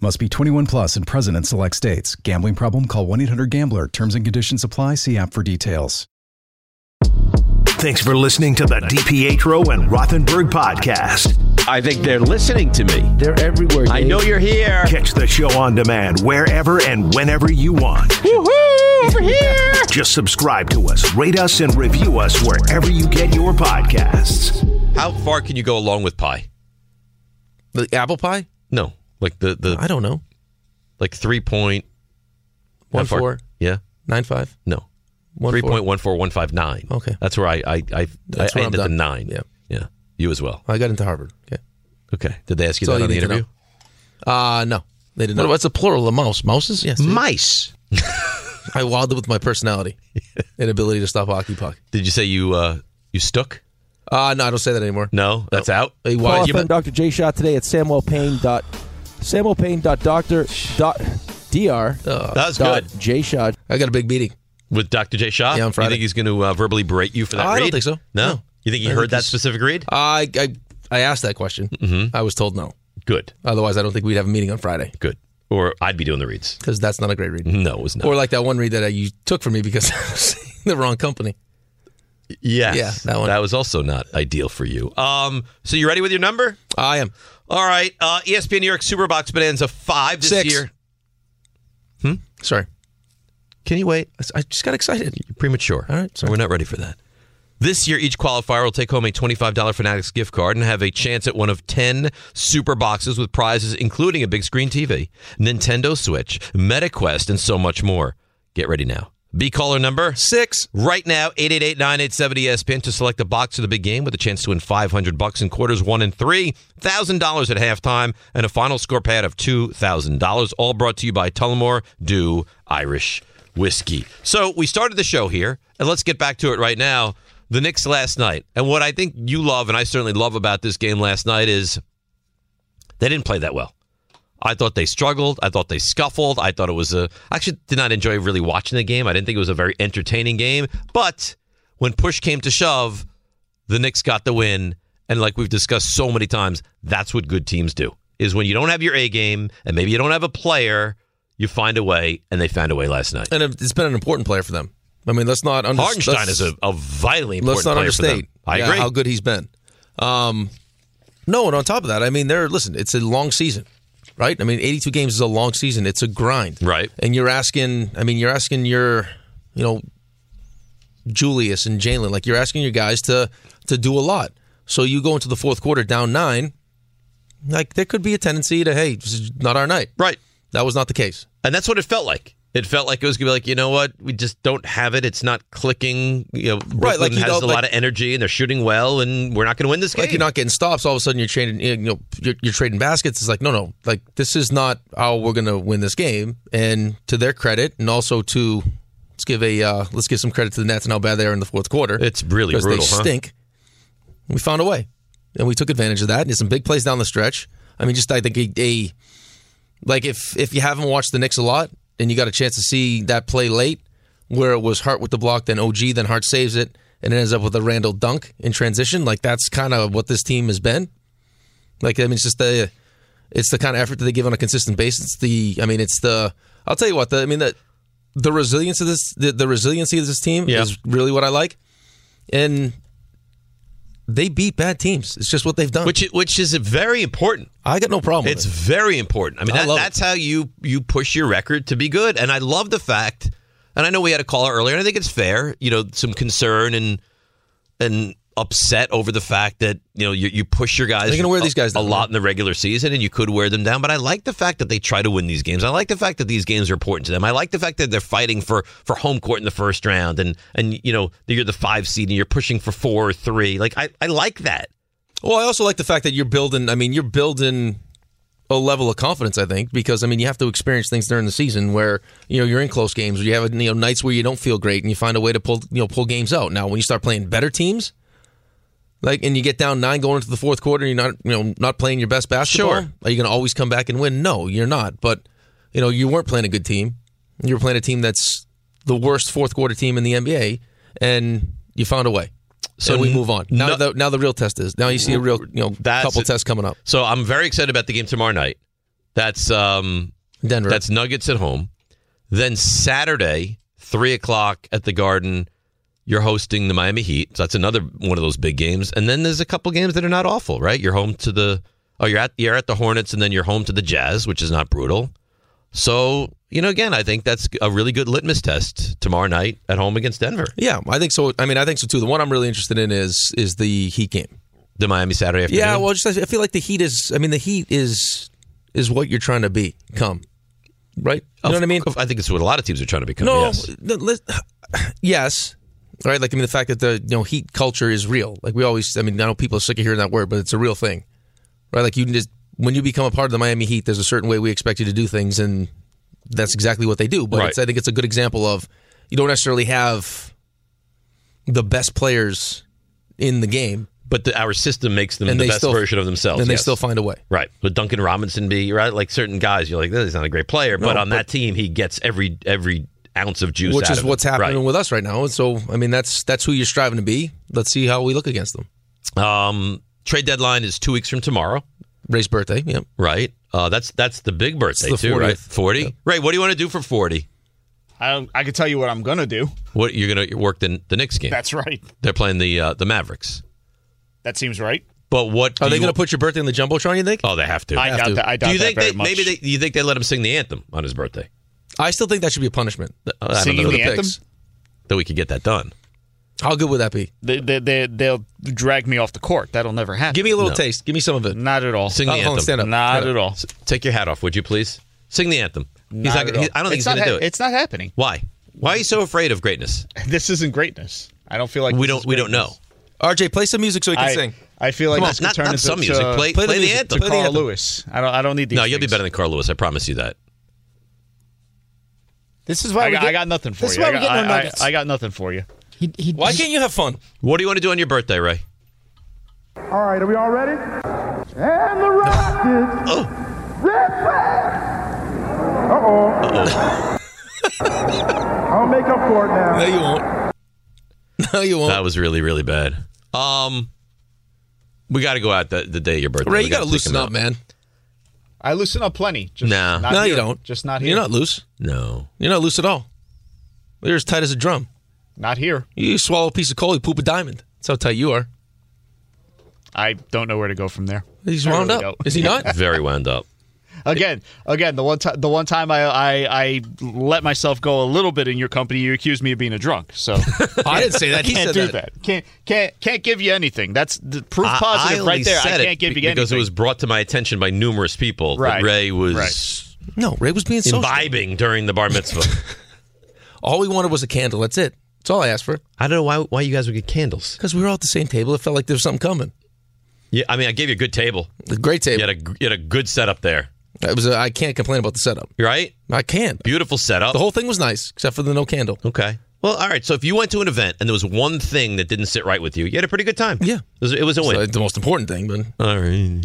Must be 21 plus and present in select states. Gambling problem? Call 1 800 Gambler. Terms and conditions apply. See app for details.
Thanks for listening to the DPetro and Rothenberg podcast. I think they're listening to me. They're everywhere. I know you're here. Catch the show on demand wherever and whenever you want. Woohoo! Over here. Just subscribe to us, rate us, and review us wherever you get your podcasts.
How far can you go along with pie?
The apple pie?
No, like the the
I don't know.
Like three point
One
how far-
four.
Yeah,
nine five.
No,
One four.
three point one four one five nine.
Okay.
that's where I I I, I
That's where I'm
ended the
done.
nine. Yeah, yeah. You as well.
I got into Harvard. Okay.
Okay. Did they ask you
That's all
that on the
need to
interview?
know. Uh no. They did not.
What-
What's the plural of mouse? Mouses? Yes.
Mice.
I wilded with
*laughs*
my personality and ability to stop hockey puck.
Did you say you uh you stuck?
Uh no, I don't say that anymore.
No, that's out.
Hey, why-
Follow
you-
us on Dr. J Shot today at samuelpayne dot samuelpayne dot doctor dot dr.
That was
dot
good.
J Shot.
I got a big meeting
with Dr. J. Shaw. Yeah, on Friday. You think he's going to uh, verbally berate you for that?
Oh, I
read?
don't think so.
No.
No.
You think he
I
heard
think
that
he's-
specific read?
I I, I asked that question. Mm-hmm. I was told no.
Good.
Otherwise, I don't think we'd have a meeting on Friday.
Good. Or I'd be doing the reads *laughs*
because that's not a great read.
No, it was not.
Or like that one read that I, you took from me because *laughs* I was in the wrong company.
Yes.
Yeah, that one.
was also not ideal for you. Um, so you ready with your number?
I am.
All right. Uh, ESPN New York Superbox Bonanza five this
Six.
year.
Hmm? Sorry.
Can you wait? I just got excited. You're premature. All right. So we're not ready for that. This year, each qualifier will take home a $25 Fanatics gift card and have a chance at one of 10 super boxes with prizes including a big screen TV, Nintendo Switch, MetaQuest, and so much more. Get ready now. Be caller number
six
right now, 888 987 ESPN to select the box of the big game with a chance to win 500 bucks in quarters one and three, $1,000 at halftime, and a final score pad of $2,000. All brought to you by Tullamore Dew Irish Whiskey. So we started the show here, and let's get back to it right now. The Knicks last night. And what I think you love, and I certainly love about this game last night, is they didn't play that well. I thought they struggled. I thought they scuffled. I thought it was a. I actually did not enjoy really watching the game. I didn't think it was a very entertaining game. But when push came to shove, the Knicks got the win. And like we've discussed so many times, that's what good teams do is when you don't have your A game and maybe you don't have a player, you find a way. And they found a way last night.
And it's been an important player for them. I mean, let's not under-
Hartenstein is
let's-
a, a vitally important
Let's not
player for them.
understate.
I
yeah,
agree.
how good he's been. Um, no, and on top of that, I mean, there. Listen, it's a long season, right? I mean, eighty-two games is a long season. It's a grind,
right?
And you're asking. I mean, you're asking your, you know, Julius and Jalen. Like you're asking your guys to to do a lot. So you go into the fourth quarter down nine. Like there could be a tendency to hey, this is not our night,
right?
That was not the case.
And that's what it felt like. It felt like it was gonna be like, you know what, we just don't have it. It's not clicking. You know, Brooklyn
like, you
has
don't-
a lot
like-
of energy and they're shooting well, and we're not gonna win this game.
Like you're not getting stops. All of a sudden you're trading, you know, you're, you're trading baskets. It's like no, no, like this is not how we're going to win this game. And to their credit, and also to let's give a uh, let's give some credit to the Nets and how bad they are in the fourth quarter.
It's really
because
brutal,
They
huh?
stink. We found a way, and we took advantage of that. And did some big plays down the stretch. I mean, just I think a, a like if if you haven't watched the Knicks a lot and you got a chance to see that play late, where it was Hart with the block, then OG, then Hart saves it, and it ends up with a Randall dunk in transition. Like that's kind of what this team has been. Like I mean, it's just the it's the kind of effort that they give on a consistent basis. It's the I mean, it's the I'll tell you what. The, I mean the the resilience of this the, the resiliency of this team is really what I like, and they beat bad teams. It's just what they've done,
which which is very important.
I got no problem. with
It's very important. I mean,
I
that,
love it.
that's how you you push your record to be good. And I love the fact. And I know we had a caller earlier, and I think it's fair. You know, some concern and and upset over the fact that you know you, you push your guys.
They're gonna wear these guys
a, a
down,
lot in the regular season, and you could wear them down. But I like the fact that they try to win these games. I like the fact that these games are important to them. I like the fact that they're fighting for for home court in the first round, and and you know you're the five seed and you're pushing for four or three. Like I I like that.
Well, I also like the fact that you're building. I mean, you're building a level of confidence. I think because I mean, you have to experience things during the season where you know you're in close games, or you have you know nights where you don't feel great, and you find a way to pull you know pull games out. Now, when you start playing better teams, like and you get down nine going into the fourth quarter, and you're not you know not playing your best basketball.
Sure.
Are you going to always come back and win? No, you're not. But you know you weren't playing a good team. You were playing a team that's the worst fourth quarter team in the NBA, and you found a way. So we move on. Now, the, now the real test is. Now you see a real you know couple
it.
tests coming up.
So I'm very excited about the game tomorrow night. That's um,
Denver.
That's Nuggets at home. Then Saturday, three o'clock at the Garden. You're hosting the Miami Heat. So that's another one of those big games. And then there's a couple games that are not awful, right? You're home to the oh, you're at you're at the Hornets, and then you're home to the Jazz, which is not brutal. So you know, again, I think that's a really good litmus test tomorrow night at home against Denver.
Yeah, I think so. I mean, I think so too. The one I'm really interested in is is the Heat game,
the Miami Saturday afternoon.
Yeah, well, just I feel like the Heat is. I mean, the Heat is is what you're trying to be. Come, right? You know what I mean?
I think it's what a lot of teams are trying to become.
no,
yes.
no, let's- yes, right? Like I mean, the fact that the you know Heat culture is real. Like we always, I mean, I know people are sick of hearing that word, but it's a real thing, right? Like you can just when you become a part of the Miami Heat, there's a certain way we expect you to do things, and that's exactly what they do. But
Right.
it's, I think it's a good example of you don't necessarily have the best players in the game,
but the, our system makes them
And
the
they
best
still-
version of themselves.
and they
Oh, yes.
still find a way.
Right. Would Duncan Robinson be right? Like certain guys, you're like, "This is not a great player,"
No,
but on
but-
that team, he gets every every ounce of juice.
which
out
is
of it.
what's happening
Right.
with us right now. And so, I mean, that's that's who you're striving to be. Let's see how we look against them.
Um, trade deadline is two weeks from tomorrow.
Ray's birthday. Yep.
Right. Uh, that's that's the big birthday
the
too, right?
40th.
Forty. Ray, what do you want to do for forty?
I don't, I can tell you what I'm gonna do.
What you're gonna work the the Knicks game?
That's right.
They're playing the uh, the Mavericks.
That seems right.
But what
Are they gonna
put your birthday in the jumbotron? You think?
Oh, they have to.
I
Have
doubt
to.
that- I doubt
do you
that
think
very
they,
much.
Maybe they, you think they let him sing the anthem on his birthday?
I still think that should be a punishment.
I don't know
Singing
that
the
it
anthem?
picks. That we could get that done.
How good would that be?
They, they, they, they'll drag me off the court. That'll never happen.
Give me a little taste. Give me some of it.
Not at all.
Sing the anthem.
Not at all.
S- Take your hat off, would you please? Sing the anthem. He's
Not
not,
at all.
he- I don't think
It's not
he's going to
hap-
do it.
it's not happening.
Why? Why are you so afraid of greatness?
*laughs* This isn't greatness. I don't feel like
we
this
don't.
is
We don't know.
greatness.
RJ, play some music so we can
I,
sing.
I feel like
Come on,
this could
not-
turn
not
into
some
to-
music. Play-
to
play the
music,
anthem.
To
Play the
Carl
anthem.
Lewis. I don't. I don't need these.
No, you'll be
things.
better than Carl Lewis. I promise you that.
This is why
I,
we
got,
get-
I got nothing for
this
you.
is why
I
we
got,
get no
I- I-
nuggets.
I got nothing for you.
Why can't you have fun?
What do you want to do on your birthday, Ray?
All right, are we all ready? And the Rockets. Red flag. Uh-oh. I'll make up for it now.
No, you won't. *laughs* No, you won't.
That was really, really bad. Um, we got to go out the, the day of your birthday.
Ray,
We
you gotta
gotta take
loosen
him
up,
out.
man.
I loosen up plenty. Just
No.
not
no,
here.
you don't.
Just not here.
You're not loose.
No.
You're not loose at all. You're as tight as a drum.
Not here.
You swallow a piece of coal, you poop a diamond. That's how tight you are.
I don't know where to go from there.
He's
I
wound
really
up.
don't.
Is
*laughs*
he not?
Very wound up.
Again, again, the one time, the one time I, I, I let myself go a little bit in your company, you accused me of being a drunk. So
*laughs* I didn't say that. He
Can't
said
do
that.
that. Can't, can't, can't give you anything. That's the proof
I- I
positive
only
right there. I
said it
can't give you
because
anything.
it was brought to my attention by numerous people
Right.
that Ray was
No, Ray was being social.
imbibing during the bar
*laughs*
mitzvah.
All we wanted was a candle. That's it. That's all I asked for.
I don't know why why you guys would get candles.
Because we were all at the same table. It felt like there was something coming.
yeah, I mean, I gave you a good table.
A great table.
You had a you had a good setup there,
It was. A, I can't complain about the setup.
right?
I can't.
Beautiful setup.
The whole thing was nice, except for the no candle.
Okay. Well, all right. So if you went to an event and there was one thing that didn't sit right with you, you had a pretty good time. Yeah, it was, it was a win.
Uh, the most important thing, but
all right.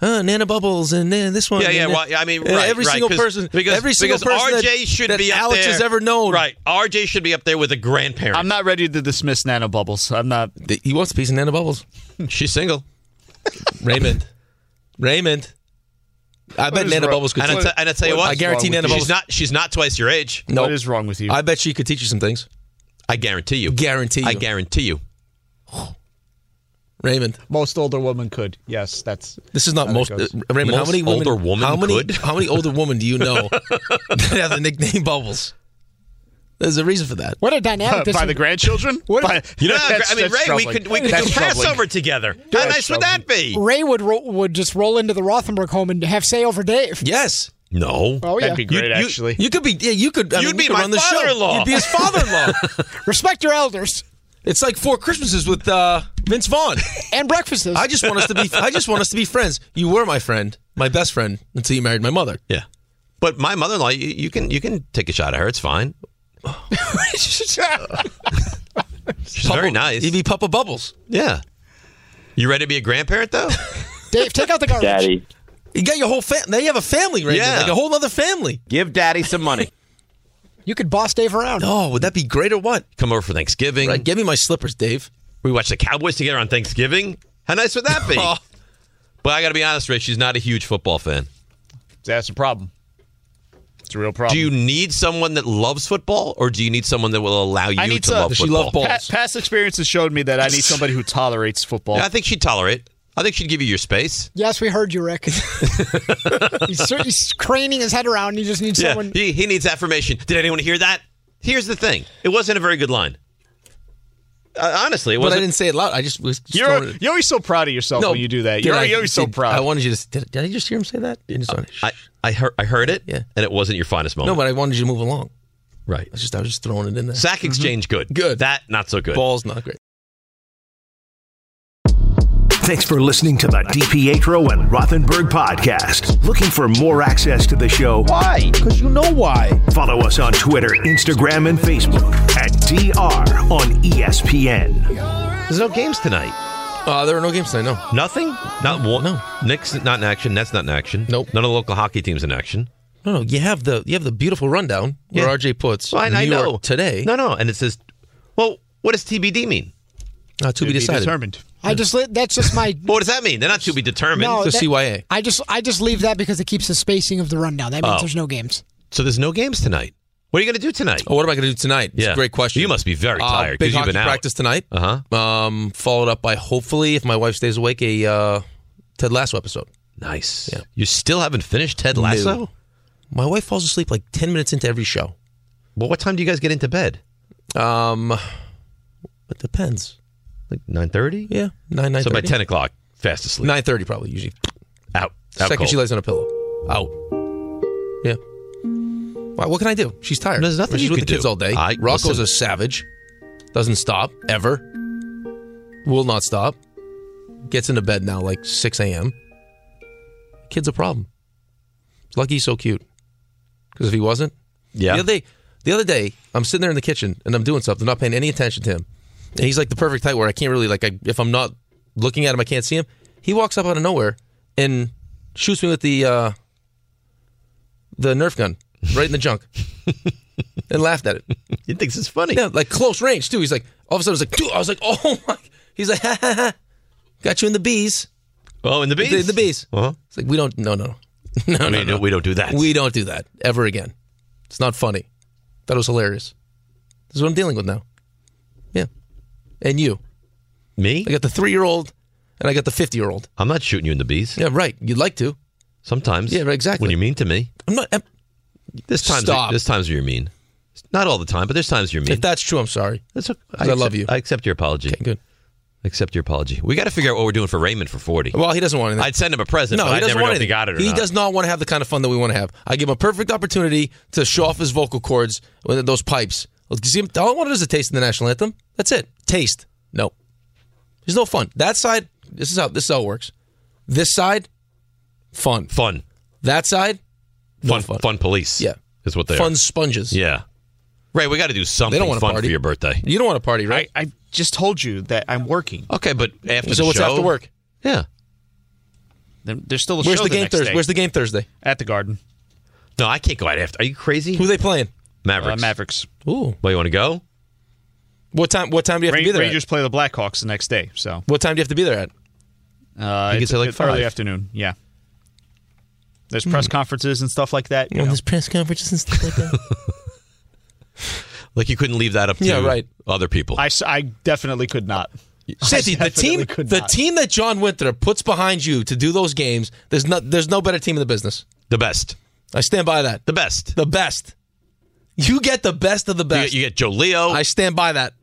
Uh, Nana Bubbles and uh, this one.
Yeah,
and,
yeah.
uh,
Well, I mean,
uh,
right,
every
right,
single
'cause-
person.
Because,
every single
because
person that-
RJ should
that
be up
Alex
there.
has ever known.
Right. RJ should be up there with a grandparent.
I'm not ready to dismiss Nano Bubbles. I'm not.
He wants a piece of Nana Bubbles.
She's single.
Raymond. Raymond. I bet Nana Bubbles could.
And I, t- and I tell you what,
I guarantee Nana Bubbles.
She's not. She's not twice your age.
No.
wrong with
I bet she could teach you some things.
I guarantee you.
Guarantee you.
I guarantee you.
Raymond.
Most older women could. Yes, that's.
This is not
how that
most uh,
goes.
Raymond. how
Most
many women,
older woman
how many,
could?
How many
*laughs*
older women do you know that have the nickname Bubbles? There's a reason for that.
What a
*laughs*
dynamic this
Uh, by
would-
the grandchildren.
What-
By- *laughs*
You
*laughs*
know, how gra-
that's-
I mean,
that's
Ray, we
troubling.
could we could do
That's troubling.
Passover together. How
That's
nice would that be?
Ray would ro- would just roll into the Rothenberg home and have say over Dave. *laughs*
Yes.
No.
Oh yeah,
That'd be great,
You- you-
actually.
You could be. Yeah, you could. I
You'd
mean,
be
you could
my
run the show.
father-in-law.
You'd be
*laughs*
his father-in-law.
respect your elders
it's like four Christmases with uh, Vince Vaughn.
and breakfasts.
I just want us to be. I just want us to be friends. You were my friend, my best friend, until you married my mother.
Yeah. But my mother-in-law, you, you can you can take a shot at her. It's fine. She's very nice.
You'd be Papa Bubbles.
Yeah. You ready to be a grandparent though?
Dave, take out the garbage.
Daddy.
You got your whole family. Now you have a family, right?
Yeah.
Like a whole other family.
Give daddy some money.
You could boss Dave around.
*laughs* Oh, would that be great or what?
Come over for Thanksgiving.
Right. Give me my slippers, Dave.
We watched the Cowboys together on Thanksgiving. How nice would
*laughs*
that be?
Oh.
But I got to be honest, Ray, she's not a huge football fan.
That's a problem. It's a real problem.
Do you need someone that loves football, or do you need someone that will allow you
I need
to
some-
love football?
Pa- past experiences showed me that I need somebody who tolerates football.
Yeah, I think she'd tolerate. I think she'd give you your space.
Yes, we heard
*laughs*
you, Rick. he's, cer- he's craning his head around. He just needs
Yeah,
someone.
he, he needs affirmation. Did anyone hear that? Here's the thing. It wasn't a very good line. Uh, honestly, it
But I
wasn't.
didn't say it loud. I just was. Just
You're-
throwing it-
You're always so proud of yourself
No,
when you do that.
did
You're,
I-
you're always so
did-
proud.
I wanted you to. Did, did I just hear him say that? Didn't sound-
Uh, I, I heard I heard it, yeah. and it wasn't your finest moment.
No, but I wanted you to move along.
Right. I
was just I was just throwing it in there.
Sack exchange, good. Good. That, not so good.
Ball's not great.
Thanks for listening to the DPetro and Rothenberg podcast. Looking for more access to the show? Why? Because you know why. Follow us on Twitter, Instagram, and Facebook at DR on E ESPN.
There's no games tonight.
Uh, there are no games tonight. No.
Nothing. Not one. No. Knicks not in action. Nets not in action. Nope. None of the local hockey teams in action.
No, no. You have the you have the beautiful rundown where
Yeah.
RJ puts.
Well, I-
New
I
York
know.
today.
No, no. And it says, well, what does TBD mean?
Uh, to be decided.
I just li- that's just my
Well, what does that mean? They're not to be determined.
no. that- I just I just leave that because it keeps the spacing of the rundown. That means
Oh.
there's no games.
So there's no games tonight. What are you going to do tonight?
Oh, what am I going to do tonight? It's
Yeah.
a great question.
You must be very
Uh,
tired
big
because you've
hockey
been out. Uh-huh.
practice tonight. Uh huh. Um, followed up by hopefully, if my wife stays awake, a uh, Ted Lasso episode.
Nice. Yeah. You still haven't finished Ted Lasso?
My wife falls asleep like ten minutes into every show.
Well, what time do you guys get into bed?
Um, it depends.
Like nine thirty?
Yeah, nine nine.
So by 10 o'clock, fast asleep.
Nine thirty probably usually.
Out. Out
Second,
cold.
she lays on a pillow. Out. Yeah. Why? What can I do? She's tired. There's
nothing
She's
you
with
can
the kids
do.
all day.
I-
Rocco's
listen.
a savage. Doesn't stop ever. Will not stop. Gets into bed now like six a.m. Kid's a problem. Lucky he's so cute. Because if he wasn't,
Yeah.
The other day, the other day, I'm sitting there in the kitchen and I'm doing something, not paying any attention to him, and he's like the perfect height where I can't really like, I, if I'm not looking at him, I can't see him. He walks up out of nowhere and shoots me with the uh, the Nerf gun right in the junk, and laughed at it.
*laughs* He thinks it's funny.
Yeah, like close range too. He's like, all of a sudden, I was like, dude, I was like, oh *laughs* my. He's like, *laughs* ha ha ha, got you in the bees.
Oh, in the bees?
The, the bees.
Uh-huh.
It's like we don't. No, no, no, no,
We
no,
don't-
no.
we don't do that.
We don't do that ever again. It's not funny. That was hilarious. This is what I'm dealing with now. Yeah, and you.
Me?
I got the three-year-old, and I got the fifty-year-old.
I'm not shooting you in the bees.
Yeah, right. You'd like to.
Sometimes.
Yeah, right, exactly.
When you're mean to me.
I'm not. eh, I'm,
This time's
Stop.
this time's where you're mean. Not all the time, but there's times you're mean.
if that's true, I'm sorry.
That's okay.
'Cause I love you.
accept- I accept your apology. Okay,
good.
Accept your apology. We got to figure out what we're doing for Raymond for 40.
Well, he doesn't want anything.
I'd send him a present, but I never know if he got it or
he
not.
does not want to have the kind of fun that we want to have. I give him a perfect opportunity to show off his vocal cords with those pipes. Let's give him- All I wanted is a taste in the national anthem. That's it. Taste. No. There's no fun. That side, this is how this is how it works. This side, fun.
Fun.
That side, no
fun, fun. police. Yeah. Is what they
fun
are.
sponges.
Yeah. Ray, we got to do something
wanna
fun
party.
for your birthday.
You don't want to party, right?
I, I just told you that I'm working.
Okay, but after
So
the
what's
show,
after work?
Yeah.
There's still a
Where's
show
the game
next
Thursday?
day.
Where's the game Thursday?
At the Garden.
No, I can't go out after. Are you crazy?
Who are they playing?
Mavericks.
Uh, Mavericks.
Ooh.
Well, you want to go?
What time? What time do you have to
Ra-
be there? at?
Rangers play the Blackhawks the next day. So
What time do you have to be there at?
uh,
think
it's
it's like
it's early
five. Hmm.
afternoon. Yeah. There's press conferences and stuff like that. you know.
press conferences and stuff like that.
Like you couldn't leave that up to
Yeah, right.
other people.
I, s- I definitely could not.
Santi,
I
the team,
definitely could
the
not.
team that John Winter puts behind you to do those games, there's no, there's no better team in the business.
The best.
I stand by that.
The best.
The best. You get the best of the
You
best.
get, you get Joe Leo.
I stand by that.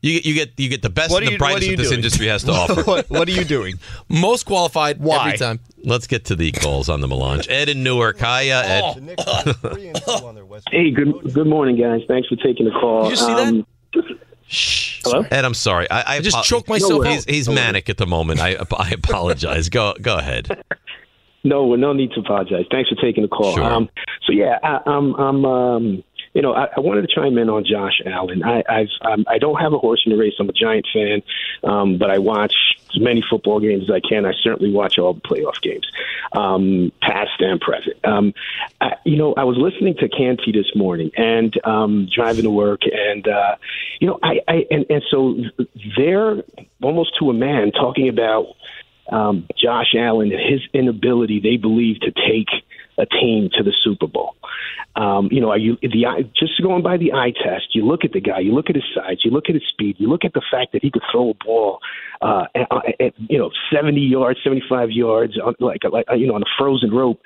you get you get you get the best
What
and
are
the
you- what
brightest
are you
that this
doing?
industry
*laughs*
has to offer.
What-
what are you doing?
Most qualified every time.
Let's get to the calls on the melange. Ed in Newark. Hi, uh, Ed.
Hey, good good morning, guys. Thanks for taking the call.
Did you see
um, Hello.
Ed, I'm sorry. I, I
just
apo-
choked myself
He's,
out.
he's
No
manic at the moment. I I apologize. go go
*laughs*
ahead.
No, well, no need to apologize. Thanks for taking the call.
Sure.
Um, so yeah, I, I'm, I'm, um, you know, I, I wanted to chime in on Josh Allen. I, I've, um, I don't have a horse in the race. I'm a Giant fan, um, but I watch as many football games as I can. I certainly watch all the playoff games, um, past and present. Um, I, you know, I was listening to Canty this morning and um, driving to work, and uh, you know, I, I and, and so they're almost to a man talking about um, Josh Allen and his inability, they believe, to take a team to the Super Bowl. Um, you know, are you the eye- just going by the eye test? You look at the guy, you look at his size, you look at his speed, you look at the fact that he could throw a ball, uh, at, at, you know, seventy yards, seventy-five yards, on, like like uh, you know, on a frozen rope.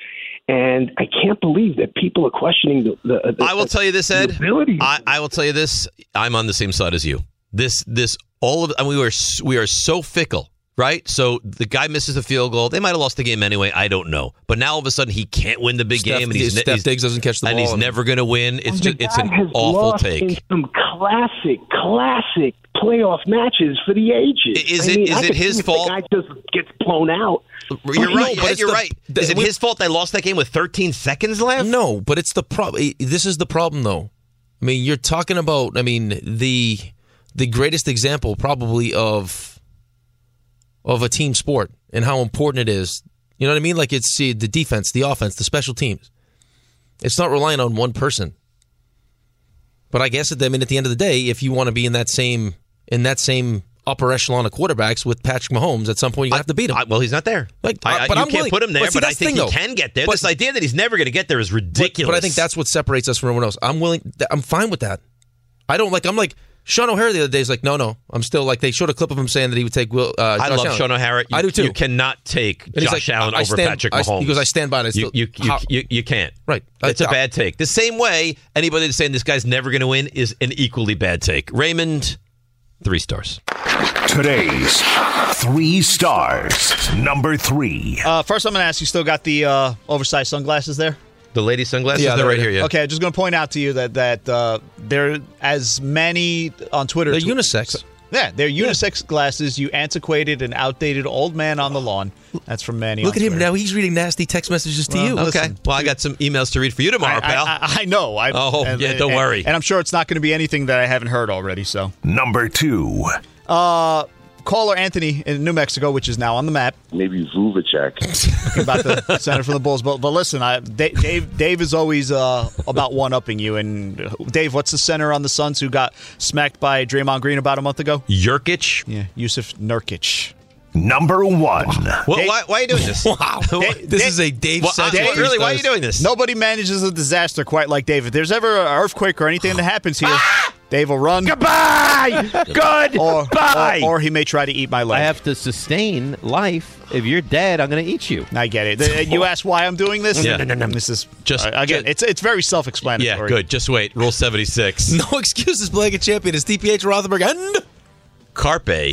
And I can't believe that people are questioning the. the, the
I will tell you this, Ed. I, I will tell you this. I'm on the same side as you. This, this, all of, and we were, s- we are so fickle, right? So the guy misses the field goal. They might have lost the game anyway. I don't know. But now all of a sudden he can't win the big
Steph-
game, and he's,
Steph Diggs doesn't catch the
and
ball.
he's never going to win. It's just,
The
it's an
guy has
awful
lost
take.
In some classic, classic playoff matches for the ages.
Is
I
it-
mean,
is
I
it
could
his
see if
fault?
The guy just gets blown out.
You're right, Ed, you're right. Is it
we-
his fault they lost that game with 13 seconds left?
No, but it's the problem. This is the problem, though. I mean, you're talking about. I mean, the the greatest example probably of of a team sport and how important it is. You know what I mean? Like it's see, the defense, the offense, the special teams. It's not relying on one person. But I guess at the I mean, at the end of the day, if you want to be in that same in that same upper echelon of quarterbacks with Patrick Mahomes, at some point you have to beat him.
well, he's not there.
Like, uh,
I, I,
but
you
I'm
can't
willing-
put him there,
see,
but I
that's the
think
thing,
he
though.
can get there.
But-
this idea that he's never going to get there is ridiculous.
But I think that's what separates us from everyone else. I'm willing. th- I'm fine with that. I don't like. I'm like Sean O'Hare the other day. Is like, no, no. I'm still like. They showed a clip of him saying that he would take Will. Uh,
I
Josh
love
Allen.
Sean O'Hara. You,
I do too.
You cannot take
he's
Josh
like,
Allen
I- I
over
stand-
Patrick
I-
Mahomes.
he goes, "I stand by it. It's
You,
still-
you, you,
how-
you, you can't.
Right.
It's a
I-
bad take. The same way anybody that's saying this guy's never going to win is an equally bad take. Raymond, three stars.
Today's three stars. Number three.
Uh, first, I'm going to ask you still got the uh, oversized sunglasses there?
The lady sunglasses, they're right here. Yeah.
Okay, I'm just going to point out to you that that uh, there are as many on Twitter.
They're
tw-
unisex.
Yeah, they're unisex glasses. You antiquated and outdated old man on the lawn. That's from Manny.
Look
on
at him
Twitter.
now. He's reading nasty text messages to
Well,
you.
listen.
Okay.
Well, I got some emails to read for you tomorrow,
I,
pal.
I, I- I know. I,
Oh, yeah, don't worry.
And I'm sure it's not going to be anything that I haven't heard already. So
number two.
Uh, caller Anthony in New Mexico, which is now on the map.
Maybe Vuvacek.
about the center for the Bulls. But but listen, I, Da- Dave Dave is always uh, about one upping you. And uh, Dave, what's the center on the Suns who got smacked by Draymond Green about a month ago?
Yurkic.
Yeah, Yusuf Nurkic.
Number one.
Well, why, why are you doing
*laughs*
this? wow.
This is a Dave
Well, I-
Santos.
Dave- really, why are you doing this?
Nobody manages a disaster quite like Dave. If there's ever an earthquake or anything that happens here,
Ah!
Dave will
*laughs*
run.
Goodbye!
Good. Or,
Bye!
or, or he may try to eat my leg.
I have to sustain life. If you're dead, I'm going to eat you.
I get it.
*laughs*
Th- You ask why I'm doing this?
Yeah.
This is
Just-
just again. it's it's very self-explanatory.
Yeah, good. Just wait. Rule
*laughs*
76.
*laughs* No excuses. Playing a champion is DPH Rothenberg *laughs* and
Carpe